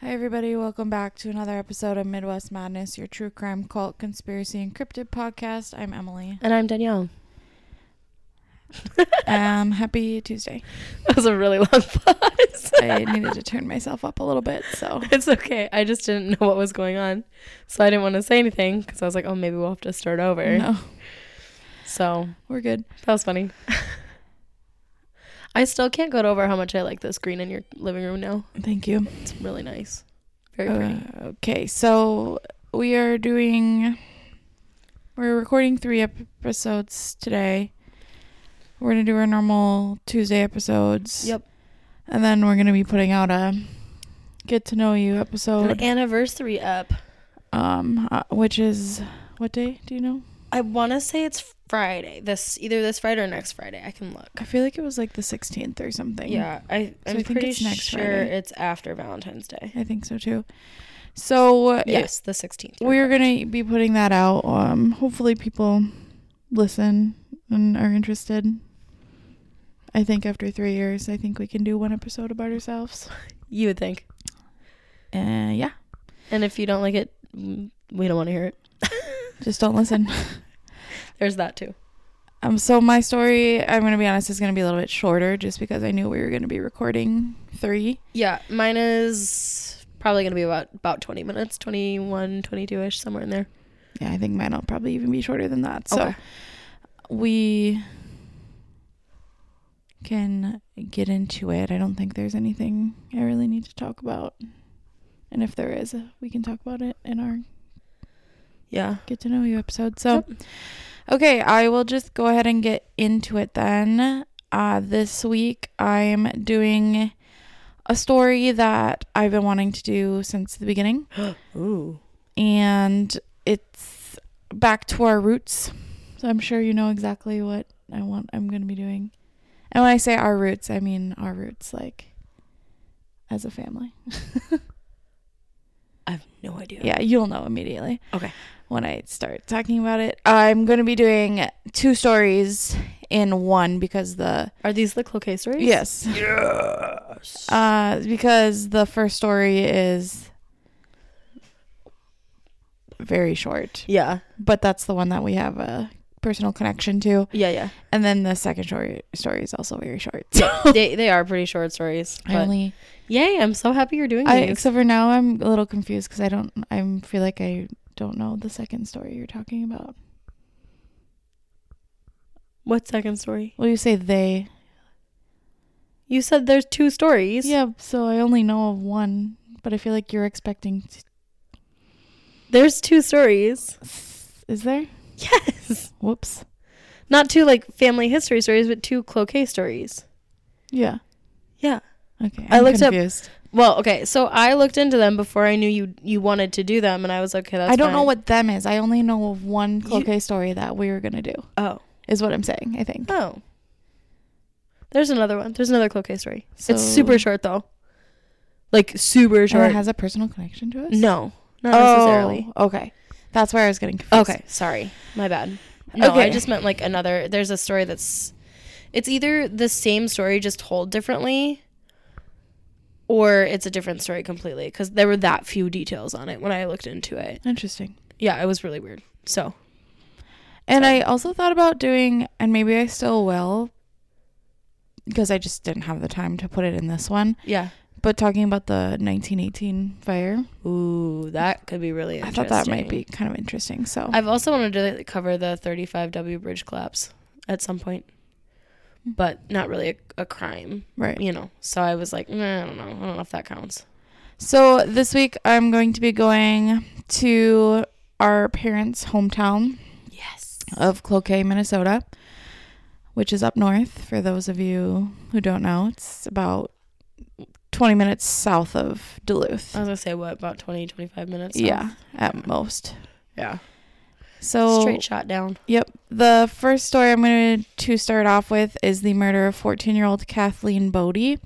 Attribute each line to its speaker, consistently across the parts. Speaker 1: Hi, everybody. Welcome back to another episode of Midwest Madness, your true crime, cult, conspiracy, and cryptid podcast. I'm Emily.
Speaker 2: And I'm Danielle.
Speaker 1: Um, happy Tuesday.
Speaker 2: That was a really long pause.
Speaker 1: I needed to turn myself up a little bit, so
Speaker 2: it's okay. I just didn't know what was going on. So I didn't want to say anything because I was like, oh, maybe we'll have to start over.
Speaker 1: no,
Speaker 2: So
Speaker 1: we're good.
Speaker 2: that was funny. I still can't get over how much I like the screen in your living room now.
Speaker 1: Thank you.
Speaker 2: It's really nice. Very pretty.
Speaker 1: Uh, okay, so we are doing. We're recording three episodes today. We're gonna do our normal Tuesday episodes.
Speaker 2: Yep.
Speaker 1: And then we're gonna be putting out a get to know you
Speaker 2: An
Speaker 1: episode.
Speaker 2: anniversary up.
Speaker 1: Um, uh, which is what day? Do you know?
Speaker 2: I want to say it's Friday. This either this Friday or next Friday. I can look.
Speaker 1: I feel like it was like the 16th or something.
Speaker 2: Yeah,
Speaker 1: So
Speaker 2: I I'm
Speaker 1: I think
Speaker 2: pretty
Speaker 1: it's next
Speaker 2: sure
Speaker 1: Friday.
Speaker 2: it's after Valentine's Day.
Speaker 1: I think so too. So uh, yeah,
Speaker 2: Yes, the 16th.
Speaker 1: we're gonna be putting that out. Um, hopefully people listen and are interested. I think after three years, I think we can do one episode about ourselves.
Speaker 2: You would think.
Speaker 1: Uh, yeah,
Speaker 2: And if you don't like it, mm, we don't want to hear it.
Speaker 1: just don't listen.
Speaker 2: There's that too.
Speaker 1: Um, so my story, I'm gonna be honest, is gonna be a little bit shorter, just because I knew we were gonna be recording three.
Speaker 2: Yeah, mine is probably going to be about about 20 minutes, 21, 22ish somewhere in there.
Speaker 1: Yeah, I think mine'll probably even be shorter than that. So we can get into it. I don't think there's anything I really need to talk about. And if there is, we can talk about it in our
Speaker 2: yeah.
Speaker 1: get to know you episode. So, okay, I will just go ahead and get into it then. Uh, this week, I'm doing a story that I've been wanting to do since the beginning.
Speaker 2: Ooh.
Speaker 1: And it's back to our roots. So, I'm sure you know exactly what I want, I'm going to be doing. And when I say our roots, I mean our roots, like as a family.
Speaker 2: I have no idea.
Speaker 1: Yeah, you'll know immediately.
Speaker 2: Okay.
Speaker 1: When I start talking about it, I'm going to be doing two stories in one because the
Speaker 2: Are these the cloquet stories?
Speaker 1: yes,
Speaker 2: Yes.
Speaker 1: uh, because the first story is very short,
Speaker 2: yeah.
Speaker 1: but that's the one that we have a personal connection to,
Speaker 2: Yeah, yeah.
Speaker 1: and then the second story story is also very short.
Speaker 2: they they are pretty short stories.
Speaker 1: I
Speaker 2: but-
Speaker 1: only,
Speaker 2: yay, I'm so happy you're doing
Speaker 1: I
Speaker 2: these.
Speaker 1: except for now, I'm a little confused because I don't, I feel like I don't know the second story you're talking about.
Speaker 2: what second story?
Speaker 1: Well, you say they.
Speaker 2: You said there's two stories.
Speaker 1: Yeah, so I only know of one, but I feel like you're expecting. T-
Speaker 2: There's two stories.
Speaker 1: is there?
Speaker 2: Yes.
Speaker 1: Whoops.
Speaker 2: Not two like family history stories, but two cloquet stories.
Speaker 1: Yeah.
Speaker 2: Yeah.
Speaker 1: Okay.
Speaker 2: I
Speaker 1: I'm
Speaker 2: looked up-
Speaker 1: confused.
Speaker 2: Well, okay. So I looked into them before I knew you you wanted to do them, and I was like, okay. That's
Speaker 1: I don't know
Speaker 2: fine.
Speaker 1: what them is. I only know of one
Speaker 2: You-
Speaker 1: cloquet story that we were gonna do.
Speaker 2: Oh,
Speaker 1: Is what I'm saying. I think.
Speaker 2: oh. There's another one. There's another cloquet story.
Speaker 1: So-
Speaker 2: It's super short though. Like
Speaker 1: Sure.
Speaker 2: super short.
Speaker 1: it has a personal connection to us.
Speaker 2: no, not
Speaker 1: Oh,
Speaker 2: necessarily.
Speaker 1: Okay. That's where I was getting confused.
Speaker 2: Oh. Okay, sorry, my bad. No, I
Speaker 1: Okay.
Speaker 2: just meant like another. There's a story that's. It's either the same story just told differently, or it's a different story completely. Because there were that few details on it when I looked into it.
Speaker 1: Interesting.
Speaker 2: Yeah, it was really weird. So
Speaker 1: And I also thought about doing, and maybe I still will, because I just didn't have the time to put it in this one.
Speaker 2: yeah.
Speaker 1: But talking about the 1918 fire,
Speaker 2: Ooh, that could be really
Speaker 1: I
Speaker 2: interesting.
Speaker 1: thought that might be kind of interesting. So
Speaker 2: I've also wanted to cover the 35W bridge collapse at some point, but not really a, a crime,
Speaker 1: right.
Speaker 2: you know. So I was like, nah, I don't know. I don't know if that counts.
Speaker 1: So this week I'm going to be going to our parents' hometown
Speaker 2: Yes.
Speaker 1: of Cloquet, Minnesota, which is up north. For those of you who don't know, it's about 20 minutes south of Duluth.
Speaker 2: I was going to say, what, about 20, 25 minutes? now?
Speaker 1: yeah, at most.
Speaker 2: Yeah.
Speaker 1: So
Speaker 2: Straight shot down.
Speaker 1: Yep. The first story I'm going to start off with is the murder of 14 year old Kathleen Bodie.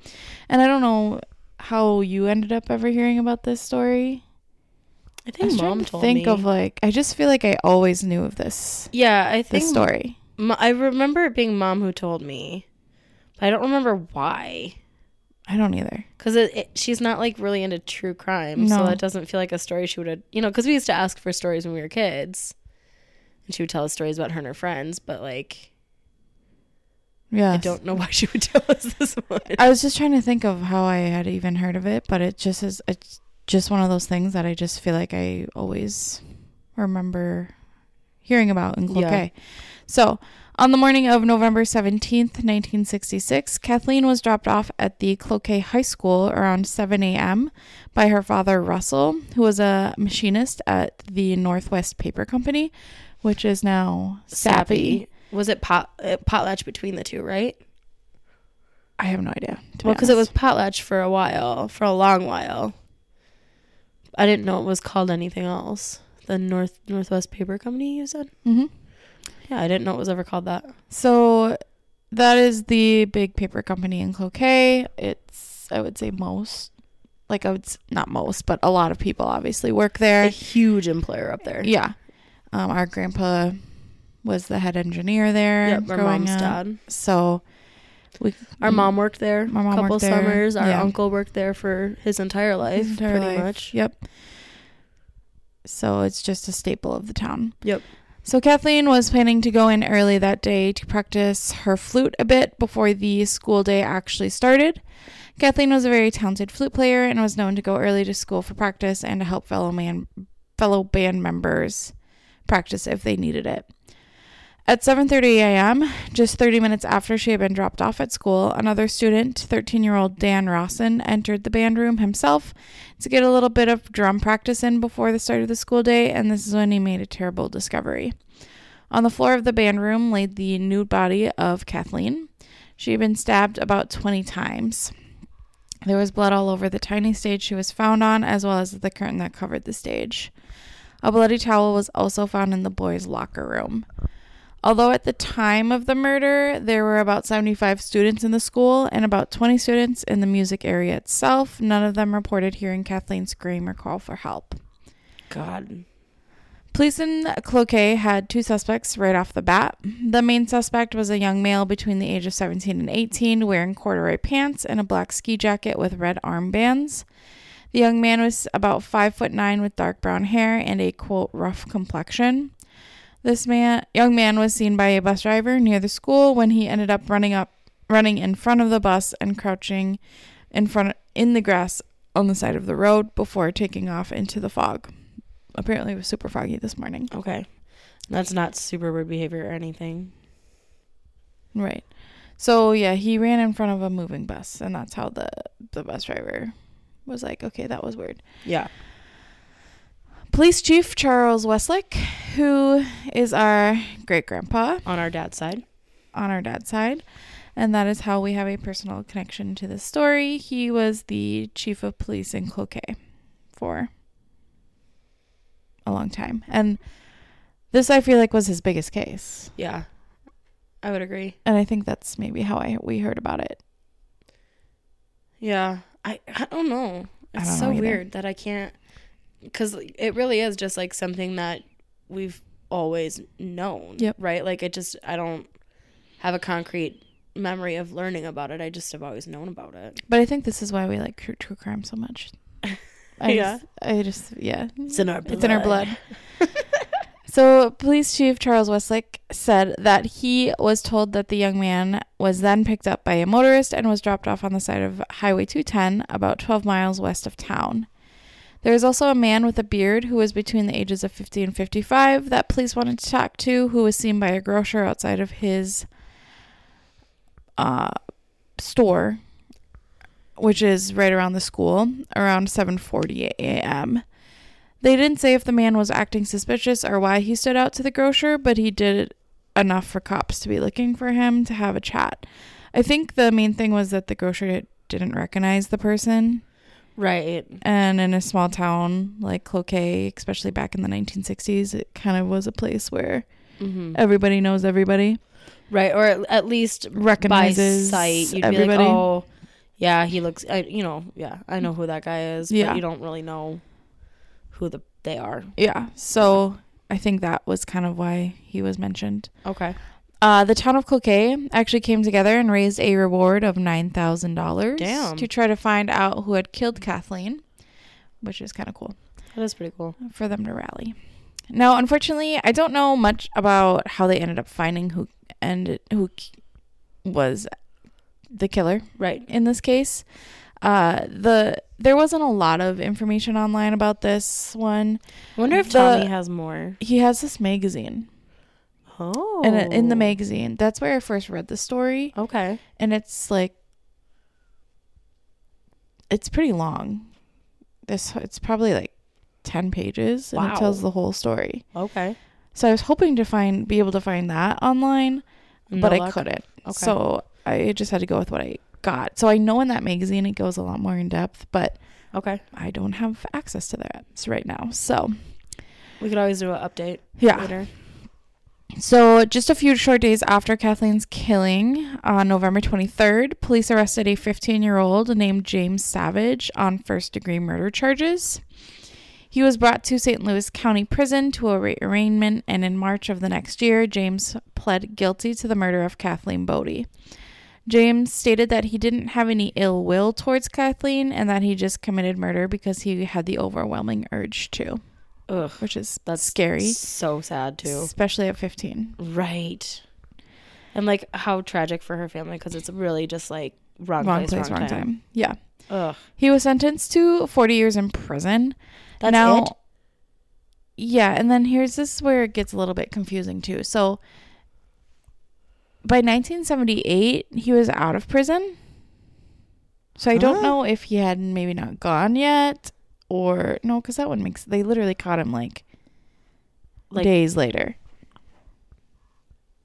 Speaker 1: And I don't know how you ended up ever hearing about this story.
Speaker 2: I
Speaker 1: I
Speaker 2: think
Speaker 1: was trying
Speaker 2: mom
Speaker 1: to
Speaker 2: told
Speaker 1: think
Speaker 2: me.
Speaker 1: of like, I just feel like I always knew of this,
Speaker 2: yeah, I
Speaker 1: this
Speaker 2: think.
Speaker 1: story.
Speaker 2: mo- I remember it being mom who told me, but I don't remember why.
Speaker 1: I don't either.
Speaker 2: Because it, it, she's not like really into true crime,
Speaker 1: No.
Speaker 2: so that doesn't feel like a story she would have. You know, because we used to ask for stories when we were kids, and she would tell us stories about her and her friends. But like,
Speaker 1: Yeah.
Speaker 2: I don't know why she would tell us this one.
Speaker 1: I was just trying to think of how I had even heard of it, but it just is it's just one of those things that I just feel like I always remember hearing about in Cloquet. So, on the morning of November 17th, 1966, Kathleen was dropped off at the Cloquet High School around 7 a.m. by her father, Russell, who was a machinist at the Northwest Paper Company, which is now Sappy.
Speaker 2: was it pot uh, potlatch between the two, right?
Speaker 1: I have no idea. to be
Speaker 2: Well, because it was
Speaker 1: honest.
Speaker 2: potlatch for a while, for a long while. I didn't know it was called anything else. The North Northwest Paper Company, you said?
Speaker 1: Mhm.
Speaker 2: Yeah, I didn't know it was ever called that.
Speaker 1: So that is the big paper company in Cloquet. It's I would say most like I would s- not most, but a lot of people obviously work
Speaker 2: A
Speaker 1: there.
Speaker 2: huge employer up there.
Speaker 1: Yeah. Um our grandpa was the head engineer there
Speaker 2: Yep, our
Speaker 1: growing
Speaker 2: mom's
Speaker 1: up.
Speaker 2: dad.
Speaker 1: So we
Speaker 2: Our mom worked there.
Speaker 1: Mm. My mom
Speaker 2: a couple
Speaker 1: worked there,
Speaker 2: summers. Our
Speaker 1: yeah.
Speaker 2: uncle worked there for his entire life,
Speaker 1: his entire
Speaker 2: pretty
Speaker 1: life.
Speaker 2: much.
Speaker 1: Yep. So it's just a staple of the town.
Speaker 2: Yep.
Speaker 1: So Kathleen was planning to go in early that day to practice her flute a bit before the school day actually started. Kathleen was a very talented flute player and was known to go early to school for practice and to help fellow man fellow band members practice if they needed it. At 7:30 a.m., just 30 minutes after she had been dropped off at school, another student, 13-year-old Dan Rawson, entered the band room himself to get a little bit of drum practice in before the start of the school day, and this is when he made a terrible discovery. On the floor of the band room lay the nude body of Kathleen. She had been stabbed about 20 times. There was blood all over the tiny stage she was found on, as well as the curtain that covered the stage. A bloody towel was also found in the boys' locker room. Although at the time of the murder, there were about 75 students in the school and about 20 students in the music area itself, none of them reported hearing Kathleen scream or call for help.
Speaker 2: God.
Speaker 1: Police in Cloquet had two suspects right off the bat. The main suspect was a young male between the age of 17 and 18 wearing corduroy pants and a black ski jacket with red armbands. The young man was about 5 foot 9 with dark brown hair and a quote rough complexion. This man, young man was seen by a bus driver near the school when he ended up running up running in front of the bus and crouching in front in the grass on the side of the road before taking off into the fog. Apparently it was super foggy this morning.
Speaker 2: Okay. That's not super rude behavior or anything.
Speaker 1: Right. So yeah, he ran in front of a moving bus, and that's how the the bus driver was like, "Okay, that was weird."
Speaker 2: Yeah.
Speaker 1: Police Chief Charles Weslick, who is our great grandpa
Speaker 2: On our dad's side.
Speaker 1: on our dad's side, and that is how we have a personal connection to this story. He was the chief of police in Cloquet for a long time, and this I feel like was his biggest case,
Speaker 2: Yeah. I would agree.
Speaker 1: and I think that's maybe how I we heard about it.
Speaker 2: Yeah. I I don't know.
Speaker 1: I
Speaker 2: It's
Speaker 1: don't
Speaker 2: so
Speaker 1: know either.
Speaker 2: weird that I can't cuz it really is just like something that we've always known,
Speaker 1: Yep.
Speaker 2: right? Like it just I don't have a concrete memory of learning about it. I just have always known about it.
Speaker 1: But I think this is why we like true, true crime so much. I
Speaker 2: Yeah.
Speaker 1: Just, I just, yeah.
Speaker 2: It's in our
Speaker 1: It's in our blood. so, Police Chief Charles Weslick said that he was told that the young man was then picked up by a motorist and was dropped off on the side of Highway 210, about 12 miles west of town. There is also a man with a beard who was between the ages of 50 and 55 that police wanted to talk to, who was seen by a grocer outside of his uh, store, which is right around the school, around 7:40 a.m. They didn't say if the man was acting suspicious or why he stood out to the grocer, but he did enough for cops to be looking for him to have a chat. I think the main thing was that the grocer didn't recognize the person.
Speaker 2: Right.
Speaker 1: And in a small town like Cloquet, especially back in the 1960s, it kind of was a place where
Speaker 2: Mhm.
Speaker 1: everybody knows everybody.
Speaker 2: Right, or at, at least
Speaker 1: Recognizes
Speaker 2: by sight. You'd be like,
Speaker 1: everybody.
Speaker 2: oh, yeah, he looks. I, you know, yeah, I know who that guy is,
Speaker 1: Yeah.
Speaker 2: but you don't really know who the they are.
Speaker 1: Yeah. So I think that was kind of why he was mentioned.
Speaker 2: Okay.
Speaker 1: Uh, the town of Cloquet actually came together and raised a reward of $9,000
Speaker 2: Damn.
Speaker 1: to try to find out who had killed Kathleen, which is kind of cool
Speaker 2: That is pretty cool.
Speaker 1: for them to rally. Now, unfortunately, I don't know much about how they ended up finding who and who k- was the killer
Speaker 2: Right.
Speaker 1: in this case. Uh, the there wasn't a lot of information online about this one.
Speaker 2: I wonder if
Speaker 1: The-
Speaker 2: Tommy has more.
Speaker 1: He has this magazine,
Speaker 2: Oh.
Speaker 1: and in the magazine, that's where I first read the story,
Speaker 2: Okay.
Speaker 1: and it's like it's pretty long. This it's probably like ten pages, and
Speaker 2: Wow.
Speaker 1: it tells the whole story.
Speaker 2: Okay.
Speaker 1: So I was hoping to find be able to find that online, but
Speaker 2: No
Speaker 1: I
Speaker 2: luck?
Speaker 1: couldn't.
Speaker 2: Okay.
Speaker 1: So I just had to go with what I got. So I know in that magazine it goes a lot more in depth, but
Speaker 2: Okay.
Speaker 1: I don't have access to that right now. So
Speaker 2: We could always do an update
Speaker 1: yeah.
Speaker 2: later.
Speaker 1: So just a few short days after Kathleen's killing on November 23rd, police arrested a 15-year-old named James Savage on first-degree murder charges. He was brought to St. Louis County Prison to await arraignment, and in March of the next year, James pled guilty to the murder of Kathleen Bodie. James stated that he didn't have any ill will towards Kathleen and that he just committed murder because he had the overwhelming urge to,
Speaker 2: Ugh.
Speaker 1: which is
Speaker 2: That's
Speaker 1: scary,
Speaker 2: So sad too.
Speaker 1: especially at 15.
Speaker 2: Right. And like how tragic for her family because it's really just like wrong,
Speaker 1: Wrong
Speaker 2: place,
Speaker 1: place,
Speaker 2: wrong, time.
Speaker 1: Yeah.
Speaker 2: Ugh.
Speaker 1: He was sentenced to 40 years in prison.
Speaker 2: That's
Speaker 1: now,
Speaker 2: it?
Speaker 1: Yeah, and then here's this is where it gets a little bit confusing too. So by 1978, he was out of prison. So I don't
Speaker 2: Huh?
Speaker 1: know if he had maybe not gone yet or no, because that one makes they literally caught him like,
Speaker 2: Like
Speaker 1: days later.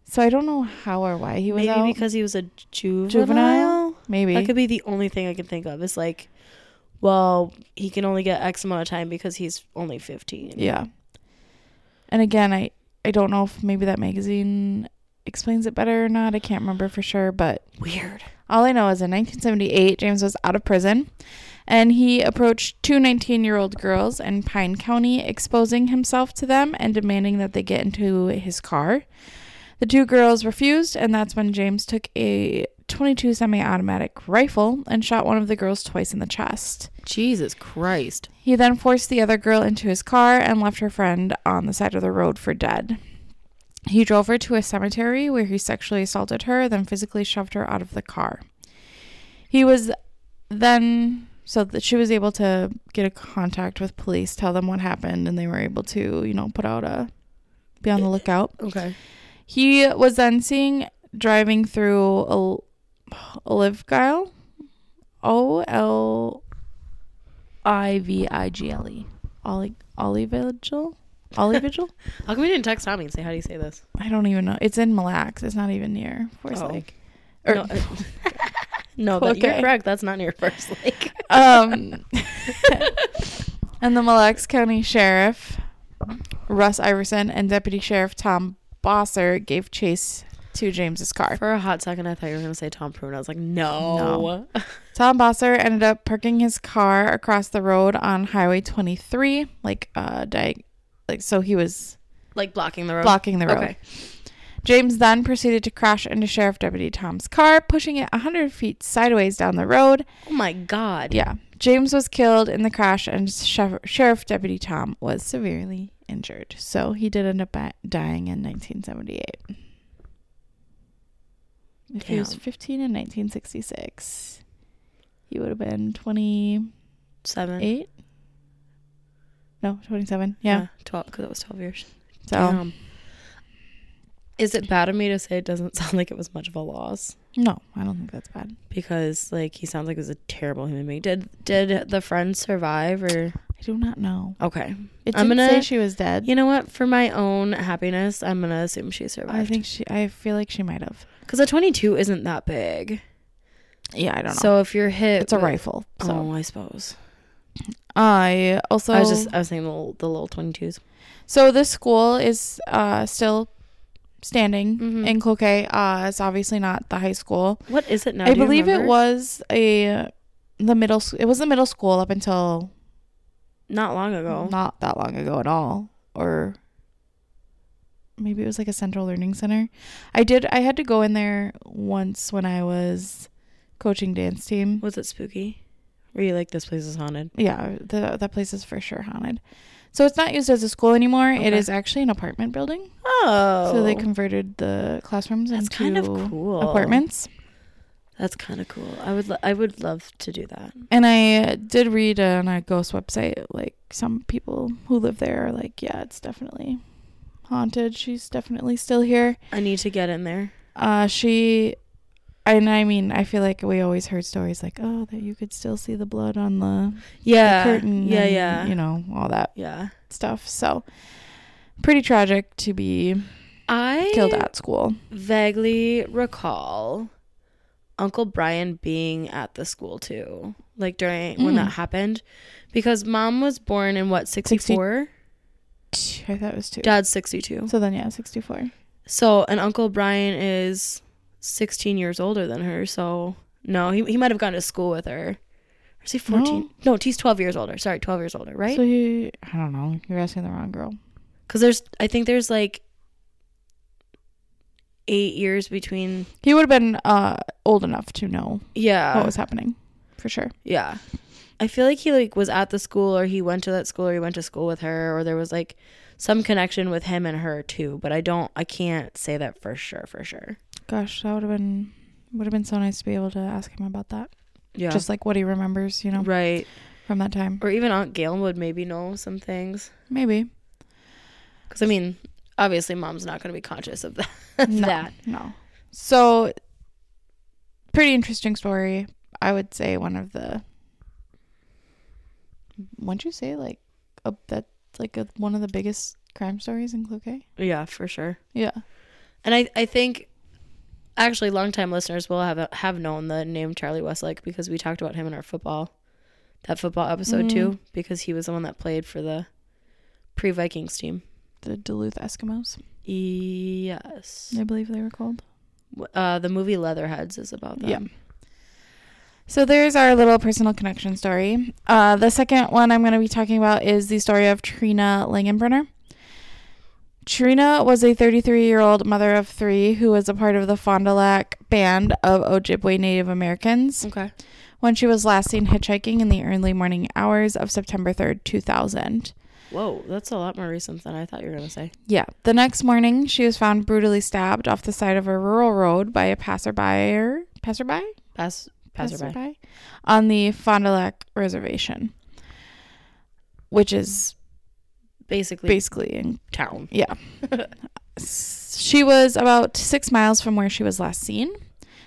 Speaker 1: So I don't know how or why he was
Speaker 2: maybe
Speaker 1: out.
Speaker 2: because he was a juvenile.
Speaker 1: Juvenile? maybe
Speaker 2: That could be the only thing I can think of. Is like, well, he can only get X amount of time because he's only fifteen.
Speaker 1: Yeah. And again, I I don't know if maybe that magazine explains it better or not. I can't remember for sure, but
Speaker 2: Weird.
Speaker 1: all I know is in 1978, James was out of prison and he approached two 19 year old girls in Pine County, exposing himself to them and demanding that they get into his car. The two girls refused, and that's when James took a 22 semi automatic rifle and shot one of the girls twice in the chest.
Speaker 3: Jesus Christ.
Speaker 1: He then forced the other girl into his car and left her friend on the side of the road for dead. He drove her to a cemetery where he sexually assaulted her, then physically shoved her out of the car. He was then so that she was able to get a contact with police, tell them what happened, and they were able to, you know, put out a be on the lookout.
Speaker 2: Okay.
Speaker 1: He was then seen driving through Ol- Olivegyle. O L I V I G L E. Oli- Olivigil? Olivigil?
Speaker 2: How come we didn't text Tommy and say how do you say this?
Speaker 1: I don't even know. It's in Mille Lacs. It's not even near Forest
Speaker 2: Oh.
Speaker 1: Lake. Er, Or,
Speaker 2: no, uh, no that, you're
Speaker 1: Okay.
Speaker 2: correct. That's not near First Lake.
Speaker 1: um, and the Mille Lacs County Sheriff Russ Iverson and Deputy Sheriff Tom Bosser gave chase to James's car.
Speaker 2: For a hot second, I thought you were gonna say Tom Prune. I was like, no.
Speaker 1: Tom Bosser ended up parking his car across the road on Highway 23, like uh, di- like so he was
Speaker 2: like blocking the road.
Speaker 1: blocking the road.
Speaker 2: Okay.
Speaker 1: James then proceeded to crash into Sheriff Deputy Tom's car, pushing it 100 feet sideways down the road.
Speaker 2: Oh my God.
Speaker 1: Yeah, James was killed in the crash, and Shef- Sheriff Deputy Tom was severely injured. So he did end up ba- dying in 1978. If he was
Speaker 2: Damn.
Speaker 1: 15 in 1966, he would have been 20-
Speaker 2: Seven.
Speaker 1: eight. No, twenty-seven. Yeah.
Speaker 2: Twelve. Because it was twelve years.
Speaker 1: So
Speaker 2: Damn. Um, Is it bad of me to say it doesn't sound like it was much of a loss?
Speaker 1: no, I don't think that's bad.
Speaker 2: Because like he sounds like he was a terrible human being. Did did the friend survive or
Speaker 1: I do not know.
Speaker 2: okay?
Speaker 1: It
Speaker 2: I'm
Speaker 1: didn't say
Speaker 2: gonna-
Speaker 1: she was dead.
Speaker 2: You know what? For my own happiness, I'm gonna assume she survived.
Speaker 1: I think she. I feel like she might have.
Speaker 2: because a 22 isn't that big.
Speaker 1: Yeah, I don't know. So
Speaker 2: So if you're hit,
Speaker 1: it's a
Speaker 2: with-
Speaker 1: rifle. So
Speaker 2: Oh, I suppose.
Speaker 1: I also.
Speaker 2: I was just I was saying the little, the little 22s.
Speaker 1: so this school is uh still standing
Speaker 2: Mhm.
Speaker 1: in Cloquet. Uh, it's obviously not the high school.
Speaker 2: What is it now?
Speaker 1: I
Speaker 2: Do you
Speaker 1: believe it
Speaker 2: remember?
Speaker 1: was a the middle. s- It was the middle school up until
Speaker 2: not long ago.
Speaker 1: not that long ago at all, or maybe it was like a central learning center. I did I had to go in there once when I was coaching dance team.
Speaker 2: Was it spooky?
Speaker 3: Were you like this place is haunted?
Speaker 1: Yeah, the, that place is for sure haunted. So it's not used as a school anymore. It
Speaker 2: Okay.
Speaker 1: is actually an apartment building.
Speaker 2: Oh,
Speaker 1: So they converted the classrooms
Speaker 2: That's
Speaker 1: into
Speaker 2: kind of cool.
Speaker 1: apartments.
Speaker 3: That's kind of cool. I would lo- I would love to do that.
Speaker 1: And I did read on a ghost website, like some people who live there are like, yeah, it's definitely haunted. She's definitely still here.
Speaker 2: I need to get in there.
Speaker 1: Uh, she, and I mean, I feel like we always heard stories like, oh, that you could still see the blood on the, the
Speaker 2: Yeah,
Speaker 1: curtain.
Speaker 2: yeah,
Speaker 1: and,
Speaker 2: yeah,
Speaker 1: You know, all that
Speaker 2: yeah.
Speaker 1: stuff. So, pretty tragic to be
Speaker 2: I
Speaker 1: killed at school.
Speaker 2: vaguely recall Uncle Brian being at the school too, like during when
Speaker 1: Mm.
Speaker 2: that happened, because Mom was born in what sixty four,
Speaker 1: I thought it was two.
Speaker 2: Dad's sixty two,
Speaker 1: So then, yeah, 64.
Speaker 2: so and Uncle Brian is sixteen years older than her, so no, he he might have gone to school with her. Or Is he fourteen? No. he's twelve years older. Sorry, twelve years older, right?
Speaker 1: So he, I don't know. You're asking the wrong girl.
Speaker 2: Because there's, I think there's like eight years between.
Speaker 1: He would have been uh old enough to know
Speaker 2: Yeah,
Speaker 1: what was happening, for sure.
Speaker 2: Oh, yeah. I feel like he like was at the school, or he went to that school, or he went to school with her, or there was like some connection with him and her too. But I don't, I can't say that for sure, for sure.
Speaker 1: Gosh, that would have been would have been so nice to be able to ask him about that.
Speaker 2: Yeah,
Speaker 1: Just like what he remembers, you know,
Speaker 2: right.
Speaker 1: from that time.
Speaker 2: Or even Aunt Gail would maybe know some things.
Speaker 1: Maybe.
Speaker 2: Because I mean, obviously, Mom's not going to be conscious of that.
Speaker 1: no,
Speaker 2: that.
Speaker 1: No. So, pretty interesting story. I would say one of the. Wouldn't you say like, a, that's like a, one of the biggest crime stories in Cloquet?
Speaker 2: Yeah, for sure.
Speaker 1: Yeah.
Speaker 2: And I, I think actually longtime listeners will have have known the name Charlie Westlake because we talked about him in our football that football episode
Speaker 1: Mhm.
Speaker 2: too because he was the one that played for the pre Vikings team.
Speaker 1: The Duluth Eskimos,
Speaker 2: Yes.
Speaker 1: I believe they were called.
Speaker 2: W- Uh, the movie Leatherheads is about that.
Speaker 1: Yeah. So there's our little personal connection story. Uh, the second one I'm going to be talking about is the story of Trina Langenbrenner. Trina was a 33 year old mother of three who was a part of the Fond du Lac band of Ojibwe Native Americans
Speaker 2: Okay.
Speaker 1: when she was last seen hitchhiking in the early morning hours of September 3rd, 2000.
Speaker 2: Whoa, that's a lot more recent than I thought you were gonna say.
Speaker 1: Yeah. The next morning, she was found brutally stabbed off the side of a rural road by a passerby. Passerby?
Speaker 2: Pass passerby.
Speaker 1: passerby on the Fond du Lac reservation, which is
Speaker 2: Basically
Speaker 1: basically in
Speaker 2: town.
Speaker 1: yeah. S- she was about six miles from where she was last seen.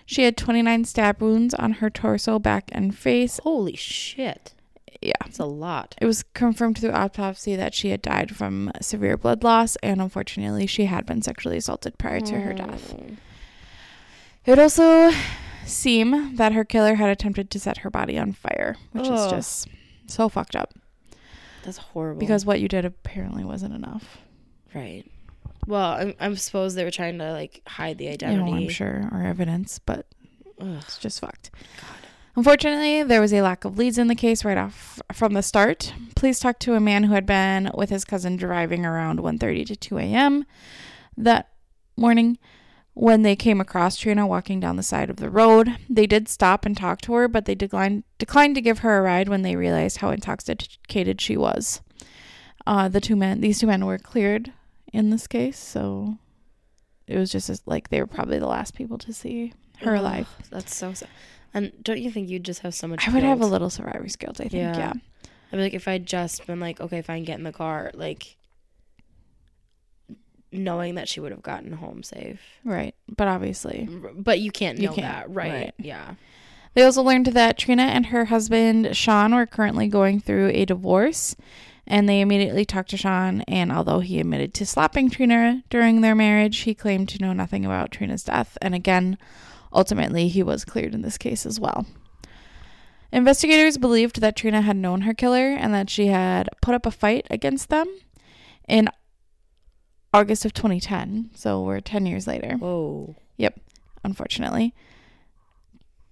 Speaker 1: She had 29 stab wounds on her torso, back, and face.
Speaker 2: Holy shit.
Speaker 1: Yeah.
Speaker 2: That's a lot.
Speaker 1: It was confirmed through autopsy that she had died from severe blood loss, and unfortunately, she had been sexually assaulted prior to her death. It would also seem that her killer had attempted to set her body on fire, which is
Speaker 2: Ugh.
Speaker 1: just so fucked up.
Speaker 2: That's horrible.
Speaker 1: because what you did apparently wasn't enough.
Speaker 2: Right. Well, I'm, I'm suppose they were trying to like hide the
Speaker 1: You know,
Speaker 2: identity.
Speaker 1: I'm sure, or evidence, but
Speaker 2: Ugh.
Speaker 1: it's just fucked. Unfortunately, there was a lack of leads in the case right off from the start. Police talked to a man who had been with his cousin driving around 1:30 to 2 a.m. that morning when they came across Trina walking down the side of the road. They did stop and talk to her, but they declined declined to give her a ride when they realized how intoxicated she was. Uh, the two men, these two men, were cleared in this case, so it was just as, like they were probably the last people to see her
Speaker 2: Ugh,
Speaker 1: alive.
Speaker 2: That's so sad. And don't you think you'd just have so much?
Speaker 1: I would have a
Speaker 2: guilt?
Speaker 1: little survivor's guilt, I think.
Speaker 2: Yeah.
Speaker 1: Yeah.
Speaker 2: I'd be like, if I'd just been like, okay, fine, get in the car, like, knowing that she would have gotten home safe.
Speaker 1: Right. But obviously,
Speaker 2: R- But you can't know
Speaker 1: You can't,
Speaker 2: that, right?
Speaker 1: right.
Speaker 2: Yeah.
Speaker 1: they also learned that Trina and her husband Sean were currently going through a divorce, and they immediately talked to Sean. And although he admitted to slapping Trina during their marriage, he claimed to know nothing about Trina's death. And again, ultimately, he was cleared in this case as well. Investigators believed that Trina had known her killer and that she had put up a fight against them in August of 2010. So we're 10 years later.
Speaker 2: Whoa.
Speaker 1: unfortunately.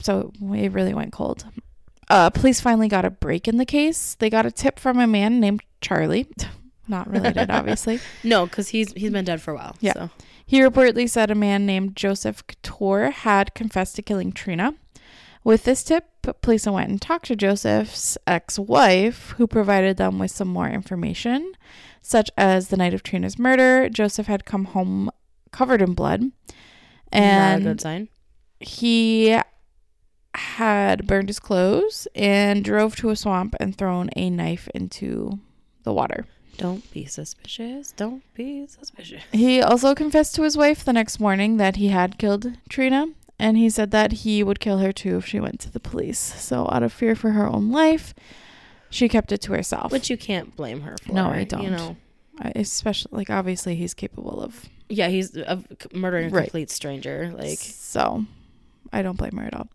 Speaker 1: So it really went cold. Uh, police finally got a break in the case. They got a tip from a man named Charlie. Not related, obviously.
Speaker 2: No, because he's he's been dead for a while.
Speaker 1: Yeah.
Speaker 2: So.
Speaker 1: He reportedly said a man named Joseph Couture had confessed to killing Trina. With this tip, police went and talked to Joseph's ex wife, who provided them with some more information, such as the night of Trina's murder. Joseph had come home covered in blood,
Speaker 2: Not a
Speaker 1: and
Speaker 2: good sign.
Speaker 1: he had burned his clothes and drove to a swamp and thrown a knife into the water.
Speaker 2: Don't be suspicious. Don't be suspicious.
Speaker 1: He also confessed to his wife the next morning that he had killed Trina, and he said that he would kill her too if she went to the police. So, out of fear for her own life, she kept it to herself.
Speaker 2: Which you can't blame her for.
Speaker 1: No, I
Speaker 2: You
Speaker 1: don't.
Speaker 2: know.
Speaker 1: I- especially, like, obviously, he's capable of.
Speaker 2: Yeah, he's of c- murdering a
Speaker 1: Right.
Speaker 2: complete stranger. Like
Speaker 1: so, I don't blame her at all.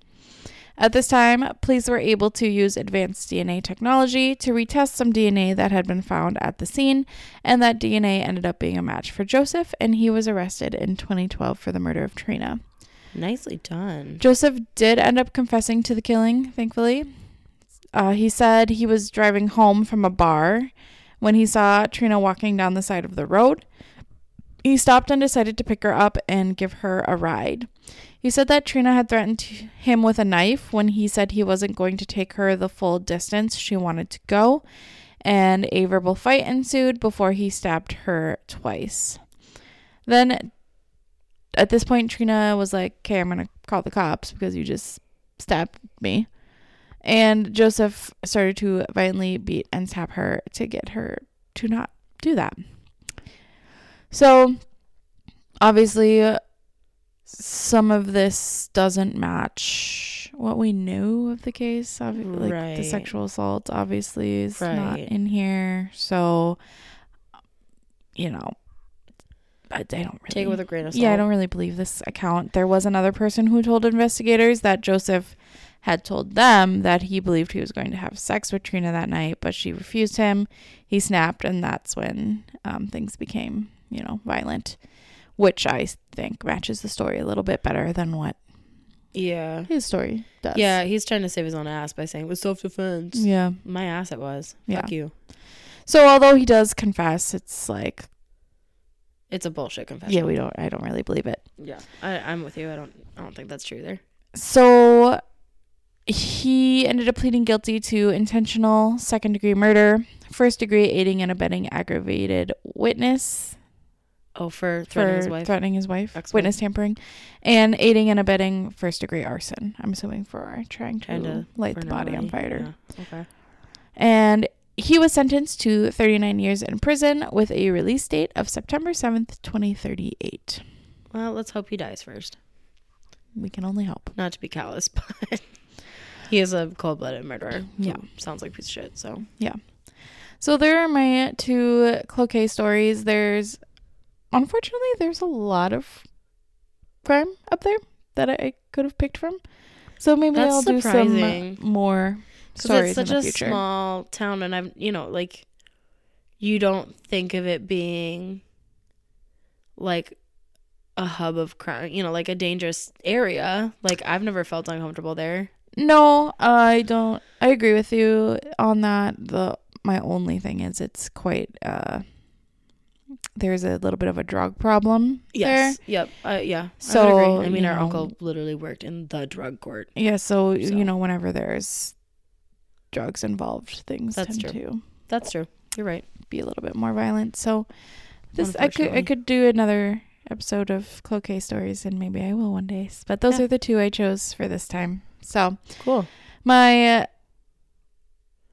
Speaker 1: At this time, police were able to use advanced DNA technology to retest some DNA that had been found at the scene, and that DNA ended up being a match for Joseph, and he was arrested in 2012 for the murder of Trina.
Speaker 2: nicely done.
Speaker 1: Joseph did end up confessing to the killing, thankfully. Uh, he said he was driving home from a bar when he saw Trina walking down the side of the road. He stopped and decided to pick her up and give her a ride. He said that Trina had threatened him with a knife when he said he wasn't going to take her the full distance she wanted to go, and a verbal fight ensued before he stabbed her twice. Then at this point, Trina was like, okay, I'm going to call the cops because you just stabbed me. And Joseph started to violently beat and stab her to get her to not do that. So, obviously, some of this doesn't match what we knew of the case. Obvi- like the
Speaker 2: Right.
Speaker 1: sexual assault, obviously, is not
Speaker 2: Right.
Speaker 1: in here. So, you know, I, I don't really
Speaker 2: Take it with a grain of salt.
Speaker 1: yeah, I don't really believe this account. There was another person who told investigators that Joseph had told them that he believed he was going to have sex with Trina that night, but she refused him. He snapped, and that's when um, things became, you know, violent, which I think matches the story a little bit better than what
Speaker 2: Yeah.
Speaker 1: his story does.
Speaker 2: Yeah, he's trying to save his own ass by saying it was self defense.
Speaker 1: Yeah.
Speaker 2: My ass, it was.
Speaker 1: Yeah.
Speaker 2: Fuck you.
Speaker 1: So although he does confess, it's like,
Speaker 2: It's a bullshit confession.
Speaker 1: yeah, we don't, I don't really believe it.
Speaker 2: Yeah, I, I'm with you. I don't. I don't think that's true there.
Speaker 1: So he ended up pleading guilty to intentional second degree murder, first degree aiding and abetting aggravated witness
Speaker 2: Oh,
Speaker 1: for
Speaker 2: for threatening his wife.
Speaker 1: threatening his wife,
Speaker 2: Ex-wife.
Speaker 1: witness tampering, and aiding and abetting first degree arson. I'm assuming for trying to,
Speaker 2: Trying to
Speaker 1: light
Speaker 2: for
Speaker 1: the
Speaker 2: no
Speaker 1: body on
Speaker 2: money.
Speaker 1: fire.
Speaker 2: Yeah. Okay.
Speaker 1: And he was sentenced to 39 years in prison with a release date of September 7th, 2038.
Speaker 2: Well, let's hope he dies first.
Speaker 1: We can only hope.
Speaker 2: Not to be callous, but he is a cold-blooded murderer.
Speaker 1: Yeah.
Speaker 2: Sounds like a piece of shit. So
Speaker 1: So there are my two Cloquet stories. There's unfortunately there's a lot of crime up there that I could have picked from. So maybe
Speaker 2: That's
Speaker 1: I'll do
Speaker 2: surprising.
Speaker 1: some more
Speaker 2: because
Speaker 1: stories
Speaker 2: it's such
Speaker 1: in the
Speaker 2: a
Speaker 1: future.
Speaker 2: small town, and I'm, you know, like you don't think of it being like a hub of crime. You know, like a dangerous area. Like I've never felt uncomfortable there.
Speaker 1: no, I don't. I agree with you on that. The my only thing is it's quite. uh There's a little bit of a drug problem.
Speaker 2: Yes. Yep. Uh, yeah. I, would
Speaker 1: So,
Speaker 2: agree. I mean,
Speaker 1: you
Speaker 2: our
Speaker 1: know-
Speaker 2: uncle literally worked in the drug court.
Speaker 1: There. Yeah. So,
Speaker 2: So.
Speaker 1: you know, whenever there's drugs involved, things
Speaker 2: That's
Speaker 1: tend
Speaker 2: true.
Speaker 1: to
Speaker 2: That's true. You're right.
Speaker 1: be a little bit more violent. So this I could I
Speaker 2: Unfortunately.
Speaker 1: could do another episode of Cloquet stories and maybe I will one day. But those
Speaker 2: Yeah.
Speaker 1: are the two I chose for this time. So
Speaker 2: Cool.
Speaker 1: my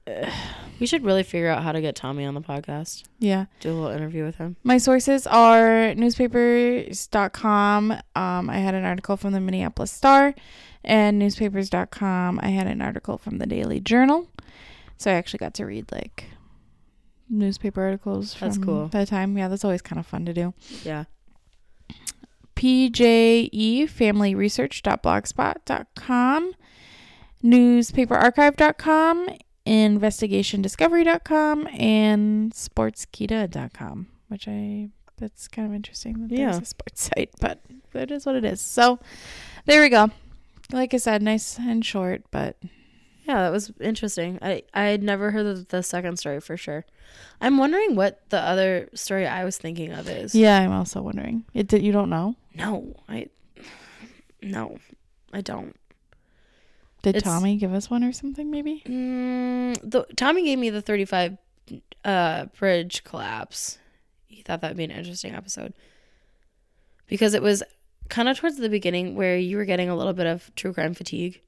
Speaker 1: uh,
Speaker 2: We should really figure out how to get Tommy on the podcast.
Speaker 1: yeah,
Speaker 2: Do a little interview with him.
Speaker 1: my sources are newspapers.com. Um I had an article from the Minneapolis Star and newspapers.com. I had an article from the Daily Journal. So I actually got to read like newspaper articles from
Speaker 2: That's cool.
Speaker 1: that time. Yeah, that's always kind of fun to do.
Speaker 2: Yeah.
Speaker 1: E pjefamilyresearch.blogspot.com, newspaperarchive.com, investigationdiscovery.com, and sportskita.com, which I that's kind of interesting that
Speaker 2: Yeah.
Speaker 1: there's a sports site, but that is what it is. So there we go. Like I said, nice and short, but
Speaker 2: Yeah, that was interesting. I I had never heard of the second story for sure. I'm wondering what the other story I was thinking of is.
Speaker 1: Yeah, I'm also wondering. It did, you don't know?
Speaker 2: No, I no, I don't.
Speaker 1: Did
Speaker 2: It's-
Speaker 1: Tommy give us one or something? Maybe.
Speaker 2: Mm, the, Tommy gave me the 35 uh, bridge collapse. He thought that would be an interesting episode because it was kind of towards the beginning where you were getting a little bit of true crime fatigue.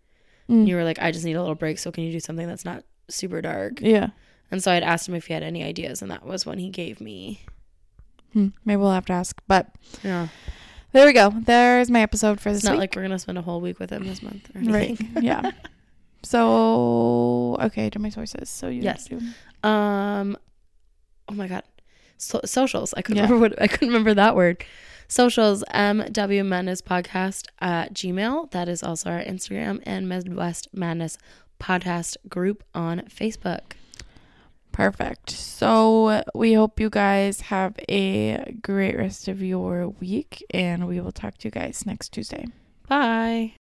Speaker 1: Mm.
Speaker 2: And you were like, I just need a little break. So can you do something that's not super dark?
Speaker 1: Yeah.
Speaker 2: And so I'd asked him if he had any ideas, and that was when he gave me.
Speaker 1: Hmm. Maybe we'll have to ask. But
Speaker 2: Yeah,
Speaker 1: there we go. There's my episode for this
Speaker 2: it's not
Speaker 1: week.
Speaker 2: like we're gonna spend a whole week with him this month. Or
Speaker 1: right.
Speaker 2: anything.
Speaker 1: yeah. So okay, to my sources. So you
Speaker 2: Yes.
Speaker 1: do-
Speaker 2: Um. Oh my god. So- socials. I couldn't
Speaker 1: Yeah.
Speaker 2: remember what I couldn't remember that word. Socials. MW Madness Podcast at Gmail. That is also our Instagram and Midwest Madness Podcast group on Facebook.
Speaker 1: Perfect. So we hope you guys have a great rest of your week, and we will talk to you guys next Tuesday.
Speaker 2: Bye.